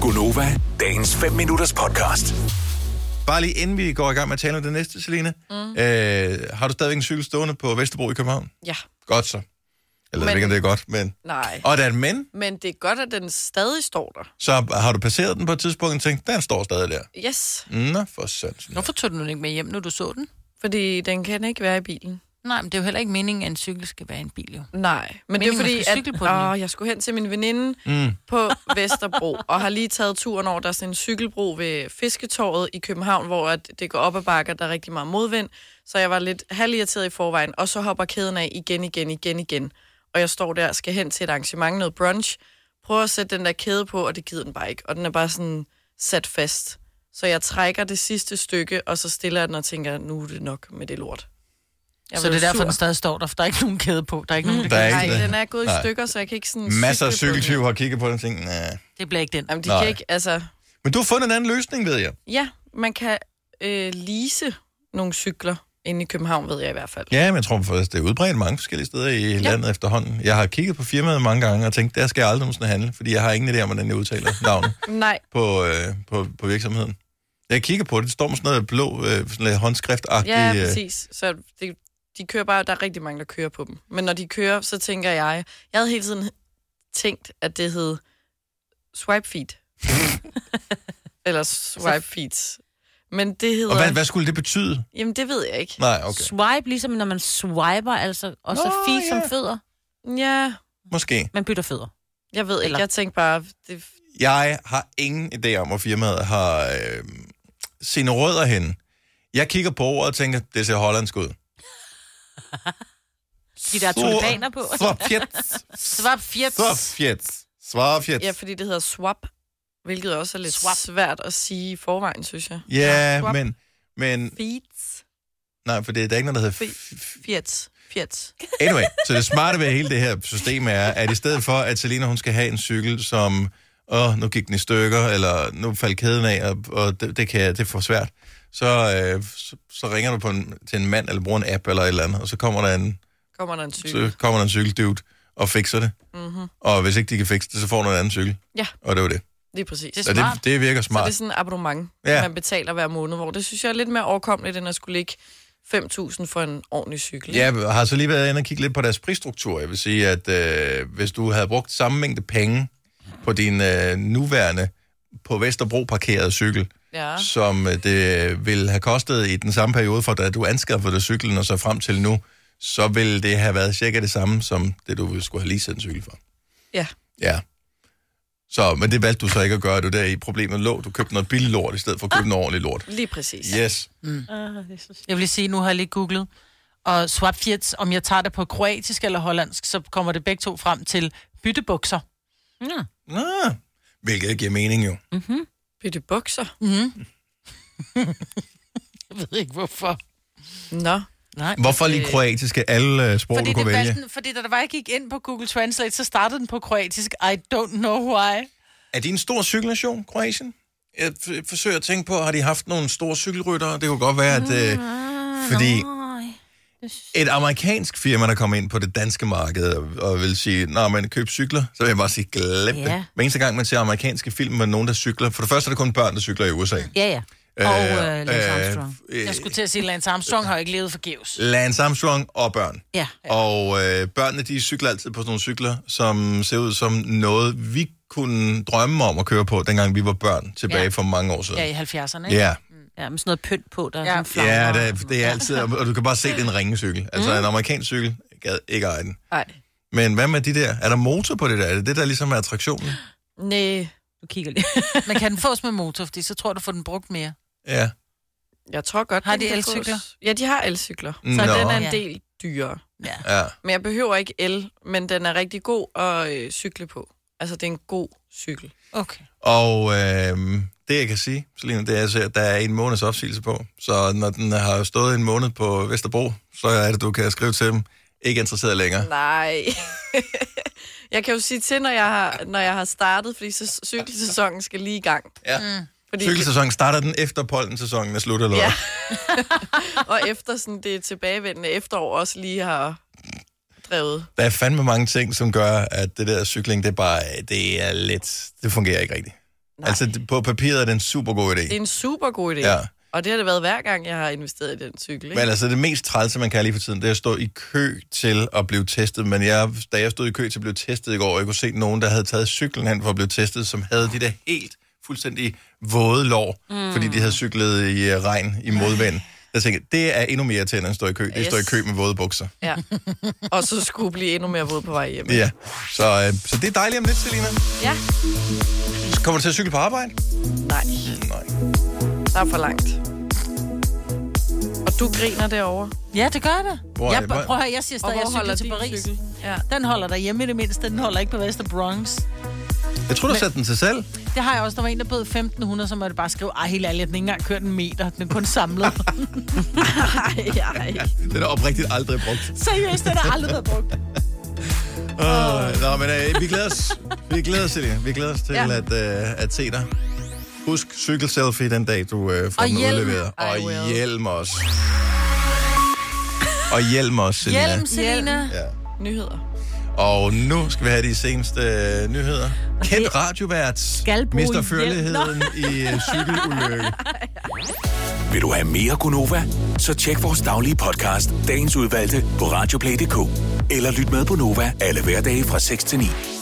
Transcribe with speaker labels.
Speaker 1: Gunova, dagens 5 minutters podcast.
Speaker 2: Bare lige inden vi går i gang med at tale om det næste, Selina. Mm. Øh, har du stadigvæk en cykel stående på Vesterbro i Københven?
Speaker 3: Ja,
Speaker 2: Godt så. Eller men...
Speaker 3: Men-
Speaker 2: ikke, om det er godt, men...
Speaker 3: nej.
Speaker 2: Og der er et men,
Speaker 3: Men det er godt, at den stadig står der.
Speaker 2: så har du passeret den på et tidspunkt og tænkt, den står stadig der.
Speaker 3: Yes,
Speaker 2: Nå, for sandt.
Speaker 4: Hvorfor tog du den ikke med hjem, når du så den?
Speaker 3: fordi den kan ikke være i bilen.
Speaker 4: Nej, men det er jo heller ikke meningen, at en cykel skal være en bil, jo.
Speaker 3: Nej, men det er
Speaker 4: Meningen, man
Speaker 3: fordi,
Speaker 4: skal cykle
Speaker 3: at
Speaker 4: på den, ikke?
Speaker 3: åh, jeg skulle hen til min veninde mm. på Vesterbro, og har lige taget turen over, der er sådan en cykelbro ved Fisketorvet i København, hvor at det går op ad bakker, der er rigtig meget modvind, så jeg var lidt halvirriteret i forvejen, og så hopper kæden af igen, igen, igen, igen. Og jeg står der og skal hen til et arrangement, noget brunch, prøver at sætte den der kæde på, og det gider den bare ikke, og den er bare sådan sat fast. Så jeg trækker det sidste stykke, og så stiller jeg den og tænker, nu er det nok med det lort. Jeg
Speaker 4: så det
Speaker 3: blev
Speaker 4: er derfor,
Speaker 3: sur.
Speaker 4: den stadig står der, for der er ikke nogen kæde på. Der er ikke nogen,
Speaker 2: Der er
Speaker 4: kan-
Speaker 2: ikke
Speaker 3: Nej,
Speaker 2: det.
Speaker 3: den er gået i
Speaker 2: Nej.
Speaker 3: stykker, så jeg kan ikke sådan...
Speaker 2: Masser af
Speaker 3: cykle på den.
Speaker 2: cykeltyve har kigget på den og tænkt, Næh.
Speaker 4: det bliver ikke den.
Speaker 3: Jamen, de
Speaker 2: Nej.
Speaker 3: kan ikke, altså...
Speaker 2: Men du har fundet en anden løsning, ved jeg.
Speaker 3: Ja, man kan øh, lease nogle cykler inde i København, ved jeg i hvert fald.
Speaker 2: Ja, men jeg tror faktisk, det er udbredt mange forskellige steder i ja. landet efterhånden. Jeg har kigget på firmaet mange gange og tænkt, der skal jeg aldrig nogensinde handle, fordi jeg har ingen idé om, hvordan jeg udtaler navnet
Speaker 3: Nej,
Speaker 2: på, øh, på, på virksomheden. Jeg kigger på det, det står med sådan noget blå øh, sådan lidt håndskriftagtigt.
Speaker 3: ja,
Speaker 2: øh,
Speaker 3: præcis. Så det, de kører bare... Der er rigtig mange, der kører på dem. Men når de kører, så tænker jeg... Jeg havde hele tiden tænkt, at det hed Swipe Feet. Eller Swipe Feet. Men det hedder...
Speaker 2: Og hvad, hvad skulle det betyde?
Speaker 3: Jamen, det ved jeg ikke.
Speaker 2: Nej, okay.
Speaker 5: Swipe, ligesom når man swiper, altså, og så
Speaker 2: Nå,
Speaker 5: feet
Speaker 2: ja.
Speaker 5: som fødder.
Speaker 3: Ja,
Speaker 2: Måske.
Speaker 5: Man bytter fødder.
Speaker 3: jeg ved ikke.
Speaker 5: Eller-
Speaker 3: Jeg tænkte bare... Det,
Speaker 2: Jeg har ingen idé om, hvor firmaet har øh, sine rødder henne. Jeg kigger på ordet og tænker, det ser hollandsk ud.
Speaker 5: De der tulipaner på.
Speaker 2: Svarfjets.
Speaker 4: Svap fjert.
Speaker 2: Svarfjets. Svarfjets.
Speaker 3: Ja, fordi det hedder swap, hvilket også er lidt
Speaker 4: Swap.
Speaker 3: swap. svært at sige i forvejen, synes jeg.
Speaker 2: Ja,
Speaker 3: Swap.
Speaker 2: men, men...
Speaker 3: Feeds.
Speaker 2: Nej, for det er der er ikke noget, der hedder...
Speaker 3: Fe- Fjets. Fjets.
Speaker 2: Anyway, så det smarte ved hele det her system er, at i stedet for, at Selina hun skal have en cykel, som, åh, nu gik den i stykker, eller nu faldt kæden af, og, og det, det, kan, jeg- det er for svært, så, øh, så, så ringer du på en, til en mand, eller bruger en app, eller et eller andet, og så kommer der en,
Speaker 3: Kommer der en
Speaker 2: så
Speaker 3: cykel.
Speaker 2: kommer der en cykeldude og fikser det. Mm-hmm. Og hvis ikke de kan fikse det, så får du en anden cykel.
Speaker 3: Ja,
Speaker 2: Og det var det.
Speaker 3: lige præcis. Det
Speaker 4: Det er
Speaker 2: Og
Speaker 4: smart.
Speaker 2: det, det virker
Speaker 3: så det er
Speaker 2: smart.
Speaker 3: sådan en abonnement,
Speaker 2: Ja.
Speaker 3: ja. man betaler hver måned, hvor det synes jeg er lidt mere overkommeligt, end at skulle ligge 5.000 for en ordentlig cykel.
Speaker 2: Jeg har så lige været inde og kigge lidt på deres prisstruktur. Jeg vil sige, at øh, hvis du havde brugt samme mængde penge på din øh, nuværende på Vesterbro parkerede cykel,
Speaker 3: ja.
Speaker 2: som øh, det ville have kostet i den samme periode, fra da du anskaffede dig cyklen og så frem til nu, så ville det have været cirka det samme, som det du ville skulle have lige en cykel for.
Speaker 3: ja.
Speaker 2: Ja. Så, men det valgte du så ikke at gøre, du der i problemet lå. Du købte noget billig lort, i stedet for at købe noget ordentligt lort.
Speaker 3: Lige præcis.
Speaker 2: Yes.
Speaker 4: Jeg vil lige sige, nu har jeg lige googlet. Og swap fjert, om jeg tager det på kroatisk eller hollandsk, så kommer det begge to frem til byttebukser.
Speaker 2: Nå, hvilket giver mening jo.
Speaker 3: Bytte bukser.
Speaker 4: Jeg ved ikke, hvorfor.
Speaker 3: Nå.
Speaker 4: Nej.
Speaker 2: Hvorfor lige kroatiske alle øh, sprog,
Speaker 4: Fordi,
Speaker 2: du kunne
Speaker 4: det var
Speaker 2: vælge?
Speaker 4: sådan, fordi da der var, jeg gik ind på Google Translate, så startede den på kroatisk. I don't know why.
Speaker 2: Er de en stor cykelnation, Kroatien? Jeg f- forsøger at tænke på, har de haft nogle store cykelryttere? Det kunne godt være, at... Øh,
Speaker 5: Ah,
Speaker 2: fordi et amerikansk firma, der kom ind på det danske marked og, og vil sige, når man køber cykler, så vil jeg bare sige, glem det.
Speaker 5: Ja.
Speaker 2: Hver eneste gang, man ser amerikanske film med nogen, der cykler... For det første er det kun børn, der cykler i USA.
Speaker 5: Ja, ja. Og øh, Lance Armstrong.
Speaker 2: Øh,
Speaker 4: Jeg skulle til at sige, Lance Armstrong har jo ikke levet forgæves.
Speaker 2: Lance Armstrong og børn.
Speaker 5: Ja.
Speaker 2: Og øh, børnene, de cykler altid på sådan nogle cykler, som ser ud som noget, vi kunne drømme om at køre på, dengang vi var børn, tilbage ja.
Speaker 4: Ja.
Speaker 2: for mange år siden.
Speaker 4: Ja, i 70'erne, ikke?
Speaker 2: Ja,
Speaker 5: Ja, med sådan noget pynt på, der er
Speaker 4: Ja.
Speaker 5: sådan flammer.
Speaker 2: ja det, det er altid, og du kan bare se, det er en ringecykel. Altså en amerikansk cykel, jeg gad ikke eje den.
Speaker 3: Nej.
Speaker 2: Men hvad med de der? Er der motor på det der? Er det det, der ligesom er attraktionen?
Speaker 3: Nej,
Speaker 5: Du kigger lige.
Speaker 4: Men kan den fås med motor, fordi så tror du, får den brugt mere.
Speaker 2: Ja.
Speaker 3: jeg tror godt,
Speaker 4: Har
Speaker 3: den
Speaker 4: de
Speaker 3: kan
Speaker 4: elcykler?
Speaker 3: fås. Ja, de har elcykler. Så
Speaker 2: Nå.
Speaker 3: den er
Speaker 4: Ja.
Speaker 3: en del dyrere.
Speaker 4: Ja.
Speaker 2: ja.
Speaker 3: Men jeg behøver ikke el, men den er rigtig god at øh, cykle på. Altså, det er en god cykel.
Speaker 4: Okay.
Speaker 2: Og øh, det, jeg kan sige, Selina, det er, altså, at der er en måneds opsigelse på. Så når den har stået en måned på Vesterbro, så er det, du kan skrive til dem. Ikke interesseret længere.
Speaker 3: Nej. jeg kan jo sige til, når jeg har, når jeg har startet, fordi så, cykelsæsonen skal lige i gang.
Speaker 2: Ja.
Speaker 3: Fordi,
Speaker 2: Cykelsæsonen starter den efter pollensæsonen er slut, eller
Speaker 3: Ja.
Speaker 2: ja.
Speaker 3: og efter sådan det tilbagevendende efterår også lige har drevet.
Speaker 2: Der er fandme mange ting, som gør, at det der cykling, det er bare, det er lidt, det fungerer ikke rigtigt. Nej. Altså, det- på papiret er det en super god idé.
Speaker 3: Det er en super god idé.
Speaker 2: Ja.
Speaker 3: Og det har det været hver gang, jeg har investeret i den cykel. Ikke?
Speaker 2: Men altså, det mest trælse, man kan lige for tiden, det er at stå i kø til at blive testet. Men jeg, da jeg stod i kø til at blive testet i går, jeg kunne se nogen, der havde taget cyklen hen for at blive testet, som havde de der helt fuldstændig våde lår, mm. fordi de havde cyklet i øh, regn, i modvind. Jeg tænker, det er endnu mere til, end at stå i kø. Det er at stå i
Speaker 3: Yes.
Speaker 2: kø med våde bukser.
Speaker 3: Ja. Og så skulle blive endnu mere våd på vej hjem.
Speaker 2: Ja, så, øh, så det er dejligt om lidt, Selina.
Speaker 3: ja.
Speaker 2: Kommer du til at cykle på arbejde?
Speaker 3: Nej,
Speaker 2: Nej.
Speaker 3: der er for langt. Og du griner derovre.
Speaker 4: Ja, det gør det.
Speaker 2: Hvor er
Speaker 4: jeg,
Speaker 2: det?
Speaker 4: prøv at høre, jeg siger
Speaker 3: Og
Speaker 4: stadig, jeg cykler til Paris. Cykel?
Speaker 3: Ja.
Speaker 4: Den holder der hjemme i det mindste. Den holder ikke på Vester Bronx.
Speaker 2: Jeg tror, du satte den til selv.
Speaker 4: Det har jeg også. Der var en, der bød 1.500, så måtte jeg bare skrive, ej, helt ærligt, jeg har den ikke engang kørt en meter. Den er kun samlet.
Speaker 3: Ej, ej.
Speaker 2: Den er oprigtigt aldrig brugt.
Speaker 4: Seriøst, den har aldrig været brugt.
Speaker 2: Oh. Nå, men øh, vi glæder os, vi glæder os, Selina. Vi glæder os til ja.
Speaker 3: Ja.
Speaker 2: at, øh, at se dig. Husk cykelselfie den dag, du øh, får
Speaker 4: Og
Speaker 2: den
Speaker 4: hjelm.
Speaker 2: udleveret.
Speaker 3: I
Speaker 2: Og
Speaker 3: will.
Speaker 2: hjelm os. Og hjelm os, Selina.
Speaker 4: Hjelm, Selina.
Speaker 2: Ja.
Speaker 3: Nyheder.
Speaker 2: Og nu skal vi have de seneste øh, nyheder. Kendt radiovært
Speaker 5: skal bruge
Speaker 2: mister
Speaker 5: hjelm.
Speaker 2: førligheden i øh, cykelulykke.
Speaker 1: Vil du have mere Gunova? Så tjek vores daglige podcast, dagens udvalgte, på radioplay.dk. Eller lyt med på Nova alle hverdage fra 6 til 9.